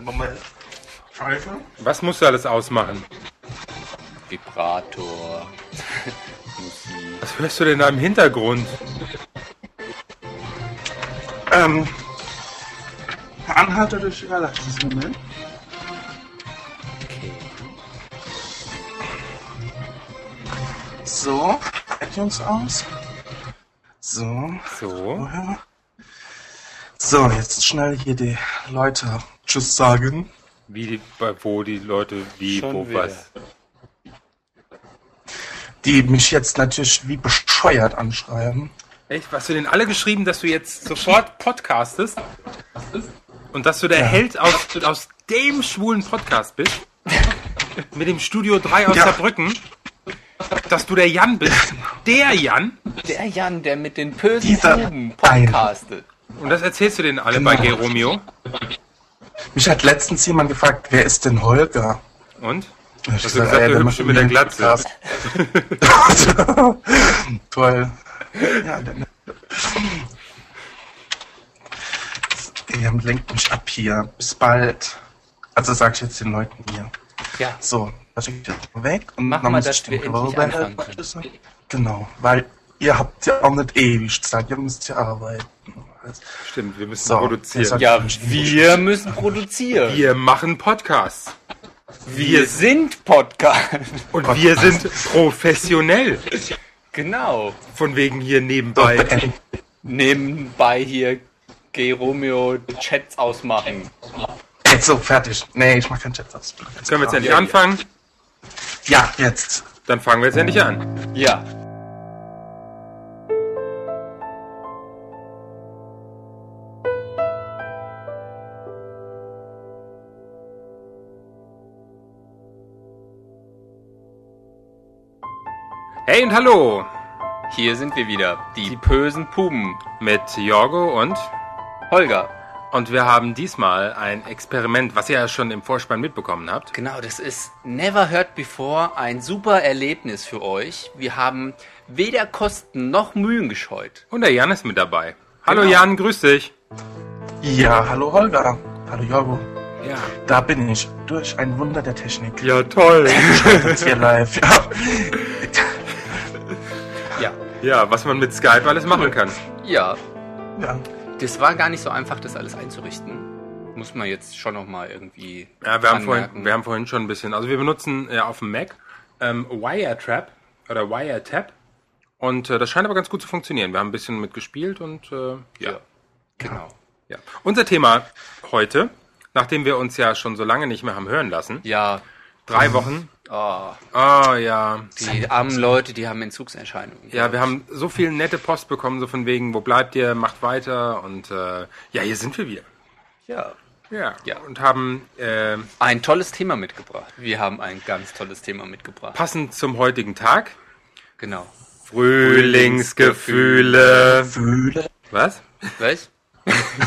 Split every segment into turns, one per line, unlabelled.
Moment. Scheiße.
Was musst du alles ausmachen?
Vibrator, Musik.
Was hörst du denn da im Hintergrund?
Ähm. Anhalter durch die Galaxis, Moment. So, Addons aus. So,
So.
vorher. So, jetzt schnell hier die Leute Tschüss sagen.
Wie, die- bei- wo die Leute, wie,
Schon
wo,
wieder.
was.
Die mich jetzt natürlich wie bescheuert anschreiben.
Echt? Hast du denn alle geschrieben, dass du jetzt sofort podcastest? Und dass du der Held aus, aus dem schwulen Podcast bist? Mit dem Studio 3 aus
Ja.
Saarbrücken? Dass du der Jan bist? Der Jan?
Der Jan, der mit den bösen
Dieser
Buben podcastet.
Und das erzählst du denen alle bei
Genau.
Geromeo?
Mich hat letztens jemand gefragt, wer ist denn Holger?
Und?
Ich
Hast du gesagt, der Hübsche mit der Glatze?
Toll. Ja, dann. Ihr lenkt mich ab hier. Bis bald. Also sag ich jetzt den Leuten hier.
Ja,
So, das ich jetzt weg und
Mach
dann
mal,
muss
dass
ich den
wir endlich
Global
anfangen
Health
können.
Officer- Genau, weil ihr habt ja auch nicht ewig Zeit, ihr müsst ja arbeiten.
Stimmt, wir müssen
So,
produzieren.
jetzt
Ja.
ja wir müssen produzieren.
Wir machen Podcasts.
Wir sind Podcast.
Und wir sind professionell.
Genau.
Von wegen hier
So,
äh,
nebenbei.
beenden.
Nebenbei hier G. Romeo Chats ausmachen.
Jetzt äh, so, fertig. Nee, ich mach keinen Chat aus.
Können wir jetzt endlich
Ja, ja.
anfangen?
Ja, jetzt.
Dann fangen wir jetzt endlich an.
Ja.
Hey und hallo
Hier sind wir wieder. Die bösen Puben.
mit Jorgo und
Holger.
und wir haben diesmal ein Experiment, was ihr ja schon im Vorspann mitbekommen habt.
Genau, das ist Never Heard Before ein super Erlebnis für euch. Wir haben weder Kosten noch Mühen gescheut.
Und der Jan ist mit dabei. Hallo
Genau.
Jan, grüß dich.
Ja, hallo Holger. Hallo Jorgo.
Ja.
Da bin ich. Durch ein Wunder der Technik.
Ja, toll.
Jetzt hier live. Ja.
Ja.
ja, was man mit Skype alles machen kann.
Ja.
ja.
Das war gar nicht so einfach, das alles einzurichten. Muss man jetzt schon nochmal irgendwie.
Ja, wir haben,
anmerken.
vorhin, wir haben vorhin schon ein bisschen. Also wir benutzen ja auf dem Mac ähm, Wiretrap oder Wiretap. Und äh, das scheint aber ganz gut zu funktionieren. Wir haben ein bisschen mitgespielt und äh, ja.
Ja. Genau.
ja. Unser Thema heute, nachdem wir uns ja schon so lange nicht mehr haben hören lassen,
Ja.
drei Wochen.
Oh,
Ah ja.
die armen Leute, die haben Entzugserscheinungen.
Ja, wir haben so viel nette Post bekommen, so von wegen, wo bleibt ihr, macht weiter und äh, ja, hier sind wir wieder.
Ja.
Ja.
Ja.
Und haben äh,
Ein tolles Thema mitgebracht. Wir haben ein ganz tolles Thema mitgebracht.
passend zum heutigen Tag
Genau.
Frühlingsgefühle.
Äh, Fühle.
Was?
Was?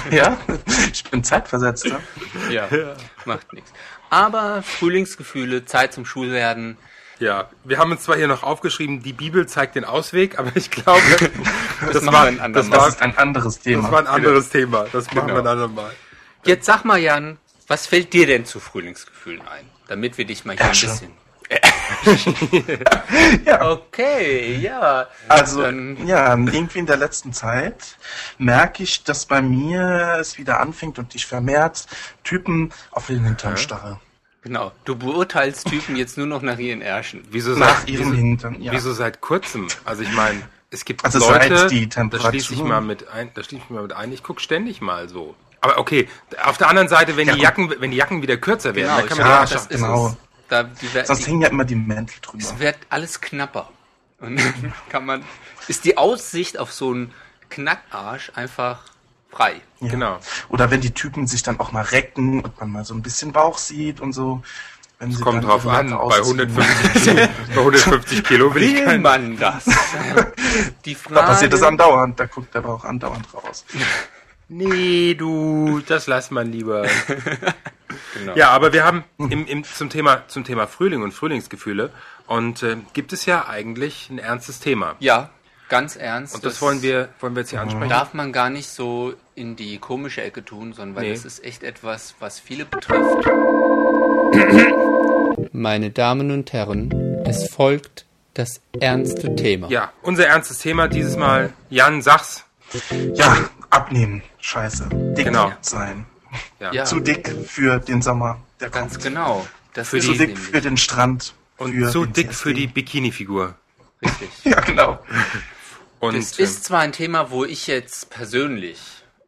Ja. Ich bin zeitversetzt. ne?
Ja. Macht nichts. Aber Frühlingsgefühle, Zeit zum Schulwerden.
Ja, wir haben uns zwar hier noch aufgeschrieben, die Bibel zeigt den Ausweg, aber ich glaube, das,
machen
war,
wir ein
das,
andermal.
war,
Das ist ein anderes Thema.
das war ein anderes Thema. Das machen wir ein
Genau.
andermal.
Jetzt sag mal, Jan, was fällt dir denn zu Frühlingsgefühlen ein? Damit wir dich mal hier ein
Ärsche.
bisschen. Okay, ja.
Also,
Dann-
ja, irgendwie in der letzten Zeit merke ich, dass bei mir es wieder anfängt und ich vermehrt Typen auf den Hintern starre.
Genau. Du beurteilst Typen jetzt nur noch nach ihren Ärschen.
Wieso
Nach
seit,
ihrem
wieso,
Hintern, ja.
wieso seit kurzem? Also ich meine, es gibt
Also seit
Leute,
die
da schließe ich
Temperatur-
mal mit ein, da schließe ich mal mit ein, ich gucke ständig mal so. Aber okay, auf der anderen Seite, wenn die Jacken, wenn die Jacken wieder kürzer werden, dann kann man
ja,
die
das
Arsch
ist- genau.
es. Da, die, wer-
Sonst
die,
hängen ja immer die Mäntel drüber.
es wird alles knapper. Und dann kann man, ist die Aussicht auf so einen Knackarsch einfach frei.
Ja.
Genau.
Oder wenn die Typen sich dann auch mal recken und man mal so ein bisschen Bauch sieht und so. Wenn sie
Kommt
dann
drauf
ihre
an,
Latte
bei
ausziehen.
150, bei 150 Kilo will ich
Will
keinen.
man das? Die Frage.
Genau. Da passiert das andauernd, da guckt der Bauch andauernd raus.
Nee, du, das lass man lieber.
Genau.
Ja, aber wir haben im, im, zum, Thema, zum Thema Frühling und Frühlingsgefühle und äh, gibt es ja eigentlich ein ernstes Thema.
Ja, ganz ernst.
Und das wollen wir, wollen wir jetzt hier
Mhm.
ansprechen.
Darf man gar nicht so in die komische Ecke tun, sondern weil
Nee.
das ist echt etwas, was viele betrifft. Meine Damen und Herren, es folgt das ernste Thema.
Ja, unser ernstes Thema dieses Mal. Jan, sag's.
Ja, abnehmen. Scheiße. Dick
Genau.
sein.
Ja.
Zu dick für den Sommer. Der
Ganz
kommt.
genau. Das
Für
ist
Zu
die-
es
dick
nämlich.
für den Strand.
Und
für
zu
den
dick für
CSD.
die Bikini-Figur.
Richtig.
Ja, genau.
Und ähm,
Das ist zwar ein Thema, wo ich jetzt persönlich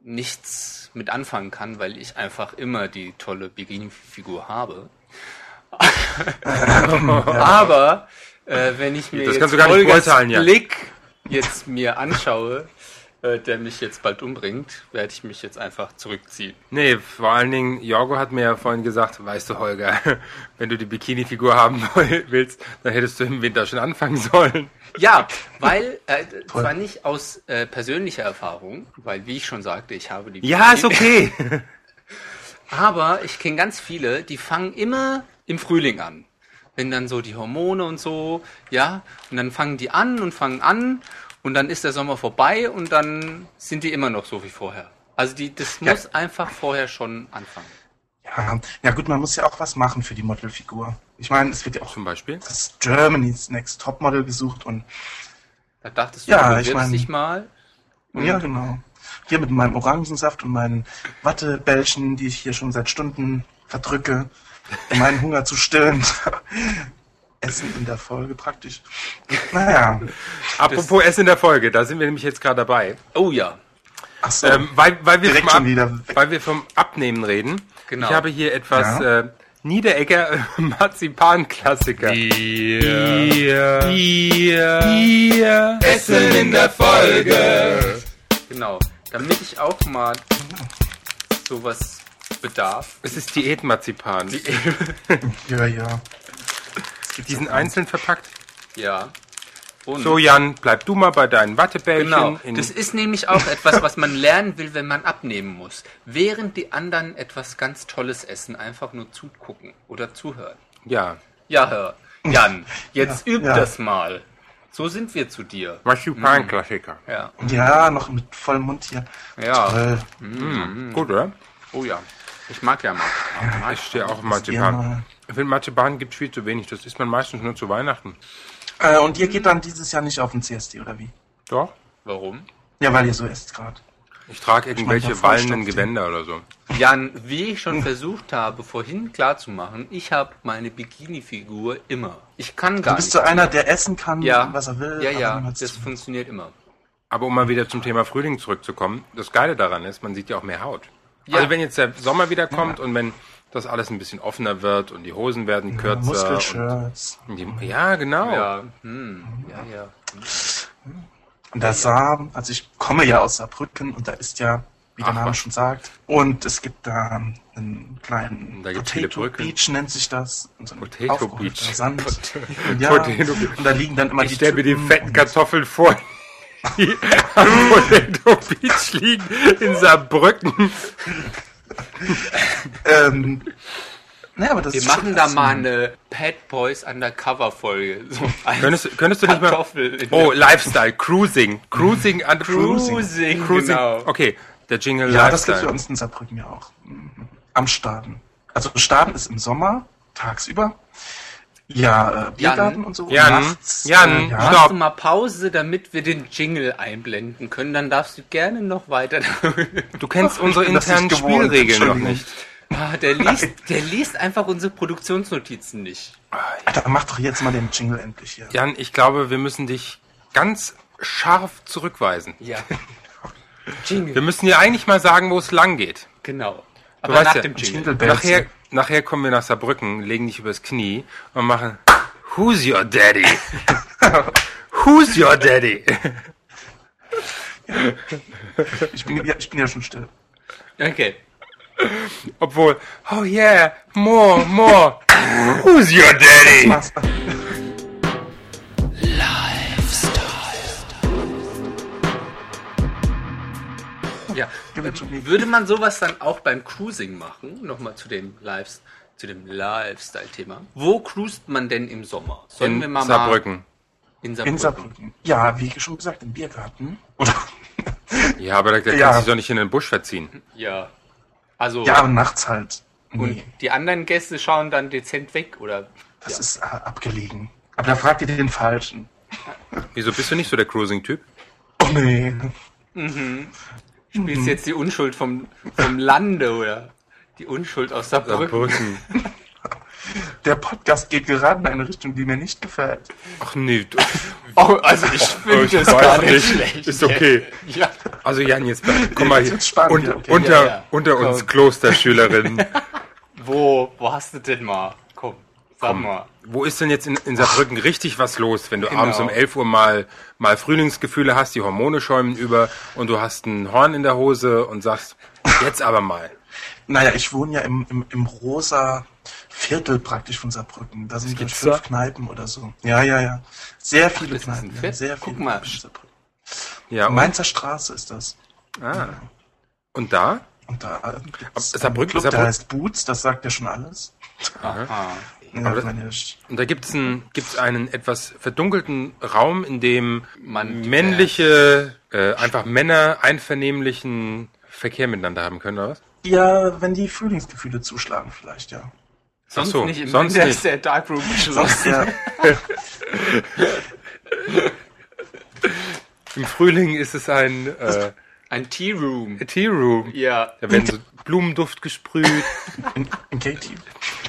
nichts mit anfangen kann, weil ich einfach immer die tolle Bikini-Figur habe. Aber äh, wenn ich mir
Das
jetzt
kannst du gar nicht
Holgers
beurteilen, Jan.
Blick jetzt mir anschaue, äh, der mich jetzt bald umbringt, werde ich mich jetzt einfach zurückziehen.
ähm, nee, vor allen Dingen, Jorgo hat mir ja vorhin gesagt, weißt du, Holger, wenn du die Bikini-Figur haben willst, dann hättest du im Winter schon anfangen sollen.
Ja, weil äh, zwar nicht aus äh, persönlicher Erfahrung, weil wie ich schon sagte, ich habe die
Ja, ist okay.
Aber ich kenne ganz viele, die fangen immer im Frühling an. Wenn dann so die Hormone und so, ja, und dann fangen die an und fangen an und dann ist der Sommer vorbei und dann sind die immer noch so wie vorher. Also die, das muss einfach vorher schon anfangen.
Ja. ja, gut, man muss ja auch was machen für die Modelfigur. Ich meine, es wird ja auch
Zum Beispiel.
das Germany's Next Topmodel gesucht und
Da dachtest du,
Ja,
du
ich
bewirbst
mein-
dich mal.
Mhm.
Ja, genau. Hier mit meinem Orangensaft und meinen Wattebällchen, die ich hier schon seit Stunden verdrücke, um meinen Hunger zu stillen. Essen in der Folge praktisch. Naja,
Apropos Essen in der Folge, da sind wir nämlich jetzt gerade dabei.
Oh ja,
ach so.
Ähm, weil, weil, wir
Direkt
vom
schon wieder weg.
weil wir vom Abnehmen reden.
Genau.
Ich habe hier etwas
Ja.
äh, Niederegger Marzipan-Klassiker. Essen in der Folge.
genau. Damit ich auch mal sowas bedarf.
Es ist Diät-Marzipan.
ja, ja.
Die sind einzeln verpackt.
Ja. Und
So, Jan, bleib du mal bei deinen Wattebällchen.
Genau.
In,
Das ist nämlich auch etwas, was man lernen will, wenn man abnehmen muss. Während die anderen etwas ganz Tolles essen, einfach nur zugucken oder zuhören.
ja.
Ja, Herr. Jan, jetzt
Ja,
üb
ja.
das mal. So sind wir zu dir.
Marzipan-Klassiker.
Ja.
Ja, noch mit vollem Mund hier. Äh,
Ja.
Toll.
Gut, oder?
Oh ja. Ich mag ja mal.
Ich stehe auch auf
mal.
Marzipan. Ich finde, Marzipan gibt viel zu wenig. Das isst man meistens nur zu Weihnachten.
Äh, und ihr geht dann dieses Jahr nicht auf den CSD, oder wie?
Doch.
Warum?
Ja, weil ihr so esst gerade.
Ich trage irgendwelche
manchmal
wallenden
Vollstoff-
Gewänder oder so.
Jan, wie ich schon versucht habe, vorhin klarzumachen, ich habe meine Bikini-Figur immer. Ich kann
Du
gar
bist
nicht.
so einer, der essen kann,
ja.
was er will.
ja,
aber
ja,
niemals
das
zu-
funktioniert immer.
Aber um mal wieder zum Thema Frühling zurückzukommen, das Geile daran ist, man sieht ja auch mehr Haut.
Ja.
Also wenn jetzt der Sommer wieder kommt und wenn das alles ein bisschen offener wird und die Hosen werden kürzer.
Muskelshirts.
Und die, ja,
Oh.
genau.
Ja, hm. ja, ja.
Und da Saar, also ich komme ja aus Saarbrücken und da ist ja, wie der
Ach,
Name
was.
schon sagt, und es gibt da einen kleinen
Da gibt's viele
Potato
Brücken.
Beach nennt sich das. Und so ein
Potato
aufgehobter
Beach.
Sand. Und ja,
Potato Beach.
und da liegen dann immer
Ich stelle mir die
Typen
fetten
und-
Kartoffeln vor, die am Potato Beach liegen in Saarbrücken.
Ähm, naja, aber das
Wir
ist
machen
schon
da
krass.
mal eine Pet Boys Undercover Folge. So also, als
Könntest, könntest du nicht mal...
Kartoffel in
Oh, Lifestyle, Cruising. Cruising an
Cruising,
Cruising.
genau.
Okay, der Jingle
Ja, das gibt es
Lifestyle.
bei uns in Saarbrücken ja auch. Mhm. Am Staden. Also Staden ist im Sommer, tagsüber. Ja, äh, Biergarten und so.
Jan,
nachts,
Jan,
äh, ja,
stopp.
Machst du mal Pause, damit wir den Jingle einblenden können, dann darfst du gerne noch weiter.
du kennst unsere
bin das
internen
nicht gewohnt,
Spielregeln noch
Entschuldigung.
nicht.
ah, der, liest, der liest einfach unsere Produktionsnotizen nicht.
Alter, mach doch jetzt mal den Jingle endlich hier.
Jan, ich glaube, wir müssen dich ganz scharf zurückweisen.
Ja.
Wir
Jingle.
müssen ja eigentlich mal sagen, wo es lang geht.
Genau.
Du
Aber
weißt
nach
ja,
dem Jingle.
Jingle Bells.
nachher, nachher kommen wir nach Saarbrücken, legen dich übers Knie und machen Who's your daddy? Who's your daddy?
Ich bin, ja, ich bin ja schon still.
Okay.
Obwohl, oh yeah, more, more. Who's your daddy?
Mach's mal.
Ja.
Gib mir schon die-
Würde man sowas dann auch beim Cruising machen? Nochmal zu dem Lives, zu dem Lifestyle-Thema. Wo cruist man denn im Sommer? Sollen
In
wir mal mal
Saarbrücken.
In Saarbrücken.
In Saarbrücken. Ja, wie schon gesagt, im Biergarten. Oder?
Ja, aber da, da
Ja.
kannst du dich doch nicht in den Busch verziehen.
Ja. Also,
Ja, aber nachts halt.
und
Nee,
die anderen Gäste schauen dann dezent weg oder
das ist äh, abgelegen. Aber da fragt ihr den Falschen.
Wieso bist du nicht so der Cruising-Typ?
Oh nee.
spielst jetzt die Unschuld vom, vom Lande oder die Unschuld aus Saarbrücken.
Saarbrücken.
Der Podcast geht gerade in eine Richtung, die mir nicht gefällt.
Ach nee. du-
Oh, also ich finde
Ich weiß nicht. Ist okay.
Ja.
Also Jan, jetzt komm mal
jetzt
hier.
wird's spannend,
Und,
ja, okay.
unter,
Ja, ja.
unter uns
Komm.
Klosterschülerinnen.
Wo, wo hast du denn mal? Komm, sag mal.
Wo ist denn jetzt in, in Saarbrücken richtig was los, wenn du
Genau.
abends um 11 Uhr mal, mal Frühlingsgefühle hast, die Hormone schäumen über und du hast ein Horn in der Hose und sagst, jetzt aber mal.
Naja, ich wohne ja im, im, im rosa Viertel praktisch von Saarbrücken. Da sind glaube ich
gibt's
fünf
da?
Kneipen oder so. Ja, ja, ja. Sehr viele
das ist ein
Kneipen. ja,
Viertel?
Sehr
Guck
viele
mal.
Kneipen in Saarbrücken.
Ja, und,
Mainzer Straße ist das.
ah. und da?
Und da gibt's
Ab- Saarbrücken-
einen Club,
Saarbrücken-
der heißt Boots, das sagt ja schon alles.
Ah.
Ja,
das-
meine ich.
Und da gibt's ein, gibt's einen etwas verdunkelten Raum, in dem
Man-
männliche, äh, einfach Männer einvernehmlichen Verkehr miteinander haben können, oder was?
ja, wenn die Frühlingsgefühle zuschlagen vielleicht, ja.
Sonst
so,
nicht im
sonst
Winter
nicht.
ist der Darkroom geschlossen.
Sonst ja.
Im Frühling ist es ein äh,
Ein Tea Room.
Tea Room.
Ja.
Da werden so Blumenduft gesprüht.
In, in Katie.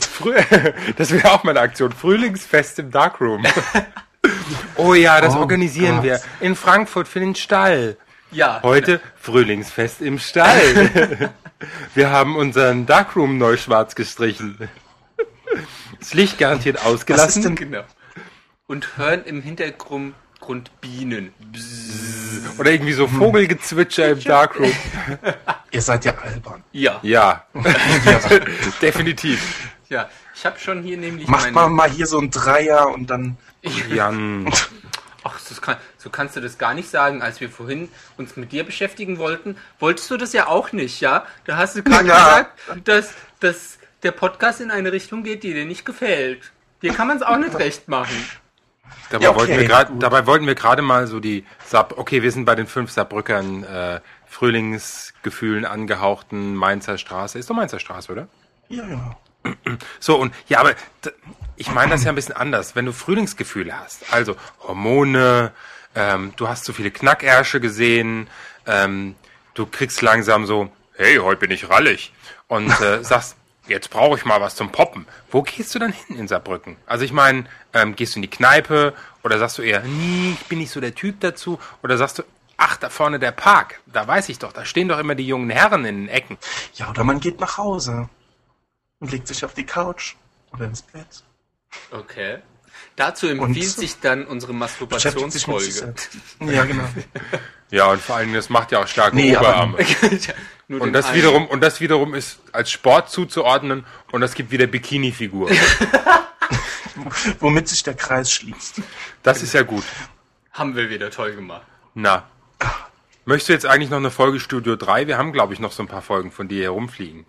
Früh das wäre auch mal eine Aktion. Frühlingsfest im Darkroom. oh ja, das
Oh
organisieren
Gott.
wir. In Frankfurt für den Stall.
Ja.
Heute Frühlingsfest im Stall. wir haben unseren Darkroom neu schwarz gestrichen. Das Licht garantiert
Was ist
ausgelassen.
denn
Genau. Und hören im Hintergrund Grund Bienen.
Oder irgendwie so Vogelgezwitscher im Darkroom.
Ihr seid ja albern.
Ja.
Ja. Definitiv.
Ja. Ich habe schon hier nämlich
Macht man mal hier so ein Dreier und dann.
Jan.
Ach, das kann, so kannst du das gar nicht sagen, als wir vorhin uns mit dir beschäftigen wollten. Wolltest du das ja auch nicht, ja? Da hast du gerade
Ja.
gesagt, dass, dass der Podcast in eine Richtung geht, die dir nicht gefällt. Dir kann man es auch nicht recht machen.
Dabei,
Ja, okay,
wollten wir grad,
gut.
dabei wollten wir gerade mal so die Sab okay, wir sind bei den fünf Saarbrückern äh, Frühlingsgefühlen angehauchten Mainzer Straße. Ist doch Mainzer Straße, oder?
Ja, ja.
So und ja, aber d- ich meine das ja ein bisschen anders. Wenn du Frühlingsgefühle hast, also Hormone, ähm, du hast zu viele Knackärsche gesehen, ähm, du kriegst langsam so, hey, heute bin ich rallig und äh, sagst, jetzt brauche ich mal was zum Poppen. Wo gehst du dann hin in Saarbrücken? Also ich meine, ähm, gehst du in die Kneipe oder sagst du eher, nee, ich bin nicht so der Typ dazu oder sagst du, ach, da vorne der Park, da weiß ich doch, da stehen doch immer die jungen Herren in den Ecken.
Ja, oder man geht nach Hause und legt sich auf die Couch oder ins Bett.
Okay. Dazu
Und-
empfiehlt sich dann unsere
Beschäftigt sich mit sich
Masturbationsfolge.
selbst. Ja, genau.
Ja, und vor allem, das macht ja auch starke
Nee, aber-
Oberarme.
Tja, nur
Und
den
das
einen.
wiederum, und das wiederum ist als Sport zuzuordnen und das gibt wieder Bikini-Figur.
Womit sich der Kreis schließt.
Das ist ja gut.
Haben wir wieder toll gemacht.
Na. Möchtest du jetzt eigentlich noch eine Folge Studio 3? Wir haben, glaube ich, noch so ein paar Folgen von dir herumfliegen.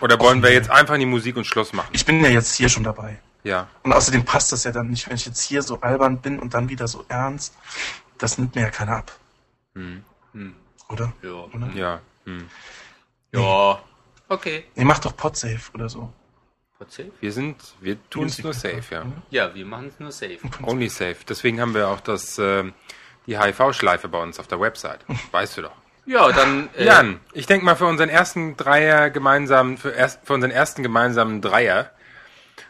Oder wollen wir jetzt einfach in die Musik und Schluss machen?
Ich bin ja jetzt hier schon dabei.
Ja.
Und außerdem passt das ja dann nicht, wenn ich jetzt hier so albern bin und dann wieder so ernst. Das nimmt mir ja keiner ab. Hm, Oder?
Ja.
oder?
Ja. Hm.
Ja. Okay.
Nee, mach doch Podsafe oder so.
Trotzdem?
Wir sind, wir tun es nur safe, ja.
Ja, wir machen es nur safe.
Only safe. Deswegen haben wir auch das, ähm, die HIV-Schleife bei uns auf der Website. Weißt du doch.
Ja, dann. Äh,
Jan, ich denke mal für unseren ersten Dreier gemeinsamen, für, erst, für unseren ersten gemeinsamen Dreier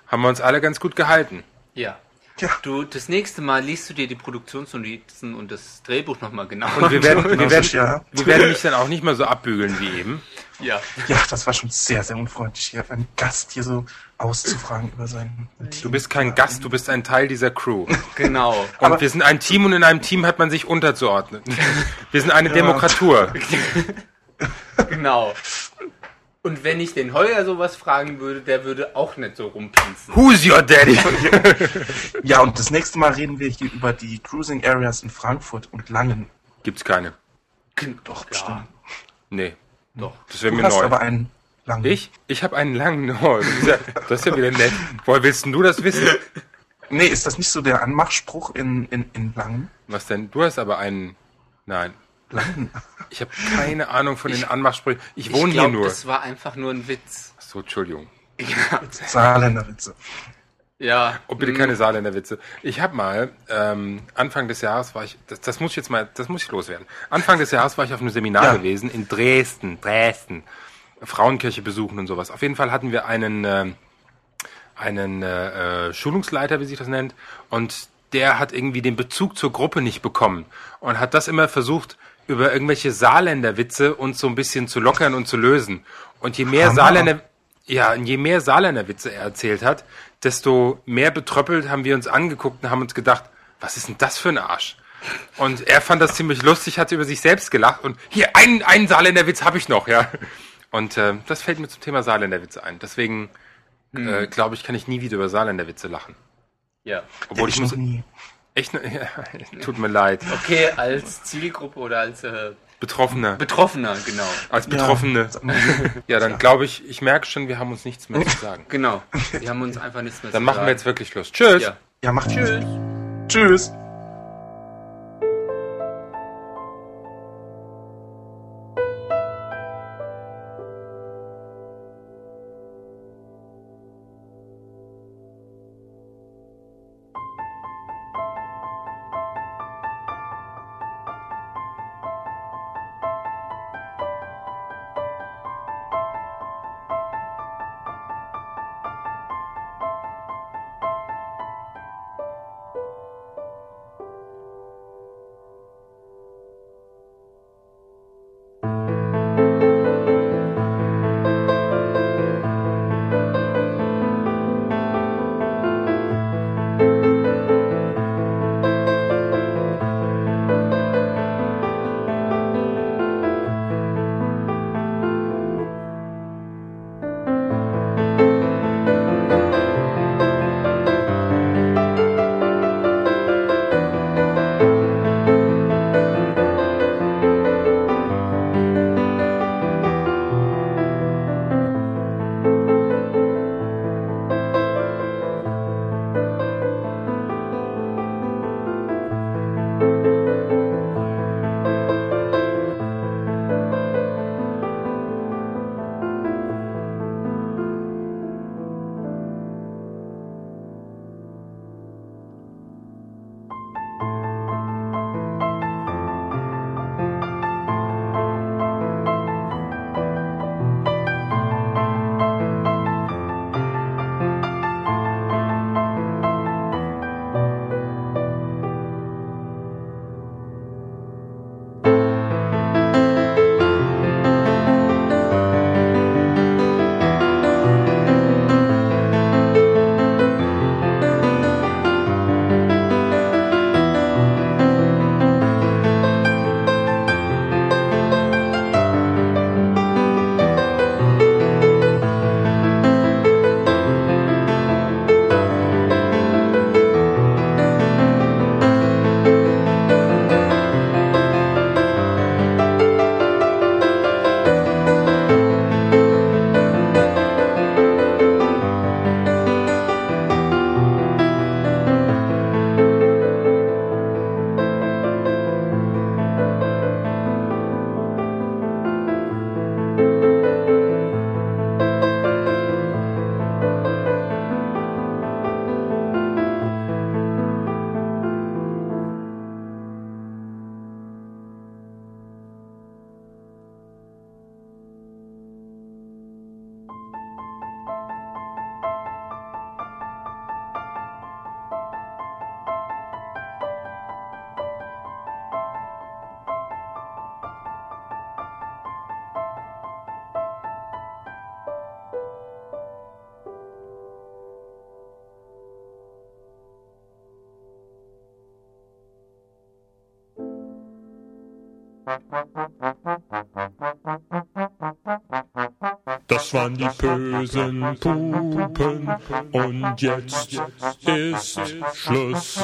haben wir uns alle ganz gut gehalten.
Ja.
Ja.
Du, das nächste Mal liest du dir die Produktionsnotizen und das Drehbuch nochmal genau.
Und wir werden,
Genau,
wir werden,
so, ja.
wir werden mich dann auch nicht mehr so abbügeln wie eben.
ja.
Ja, das war schon sehr, sehr unfreundlich, hier einen Gast hier so auszufragen über seinen Team.
Du bist kein Gast, du bist ein Teil dieser Crew. Und
Genau.
wir sind ein Team und in einem Team hat man sich unterzuordnen. Wir sind eine Demokratur.
genau. Und wenn ich den Holger sowas fragen würde, der würde auch nicht so rumpinsen.
Who's your daddy?
Ja, und das nächste Mal reden wir hier über die Cruising Areas in Frankfurt und Langen.
Gibt's keine.
Doch,
bestimmt.
Nee,
Doch.
das wäre
Du
mir
hast
neu.
aber einen Langen.
ich? Ich habe einen langen Ohr. Das ist ja- das ist ja wieder nett. Woher willst denn du das wissen?
Nee, ist das nicht so der Anmachspruch in, in, in Langen?
Was denn? Du hast aber einen. Nein.
Langen.
Ich habe keine Ahnung von den
Ich-
Anmachsprüchen. Ich
Ich
wohne
glaub,
hier nur.
das war einfach nur ein Witz.
Ach So, Entschuldigung.
Ja.
Saarländerwitze.
ja. Hm,
Oh, bitte keine Saarländerwitze. Ich habe mal, ähm, Anfang des Jahres war ich, das, das muss ich jetzt mal, das muss ich loswerden. Anfang des Jahres war ich auf einem Seminar
Ja.
gewesen in Dresden, Dresden. Frauenkirche besuchen und sowas. Auf jeden Fall hatten wir einen, ähm, einen äh, äh, Schulungsleiter, wie sich das nennt, und der hat irgendwie den Bezug zur Gruppe nicht bekommen und hat das immer versucht, über irgendwelche Saarländerwitze uns so ein bisschen zu lockern und zu lösen. Und je mehr
Hammer.
Saarländer, ja, und je mehr Saarländerwitze er erzählt hat, desto mehr betröppelt haben wir uns angeguckt und haben uns gedacht, was ist denn das für ein Arsch? Und er fand das ziemlich lustig, hat über sich selbst gelacht und hier, einen, einen Saarländerwitz habe ich noch, ja. Und äh, das fällt mir zum Thema Saarländerwitze ein. Deswegen äh, glaube ich, kann ich nie wieder über Saarländerwitze lachen.
Ja.
Obwohl ich
noch
muss
nie.
echt, nur- ja, tut mir leid.
Okay, als Zielgruppe oder als äh,
Betroffene,
Betroffener, genau.
als
Ja.
Betroffene.
Das andere-
Ja, dann glaube ich, ich merke schon, wir haben uns nichts mehr zu sagen.
Genau. Wir haben uns einfach nichts mehr
Dann
zu
machen wir
sagen.
jetzt wirklich los. Tschüss.
Ja.
Ja, macht
Tschüss.
Tschüss.
Das waren die bösen Pupen und jetzt ist Schluss.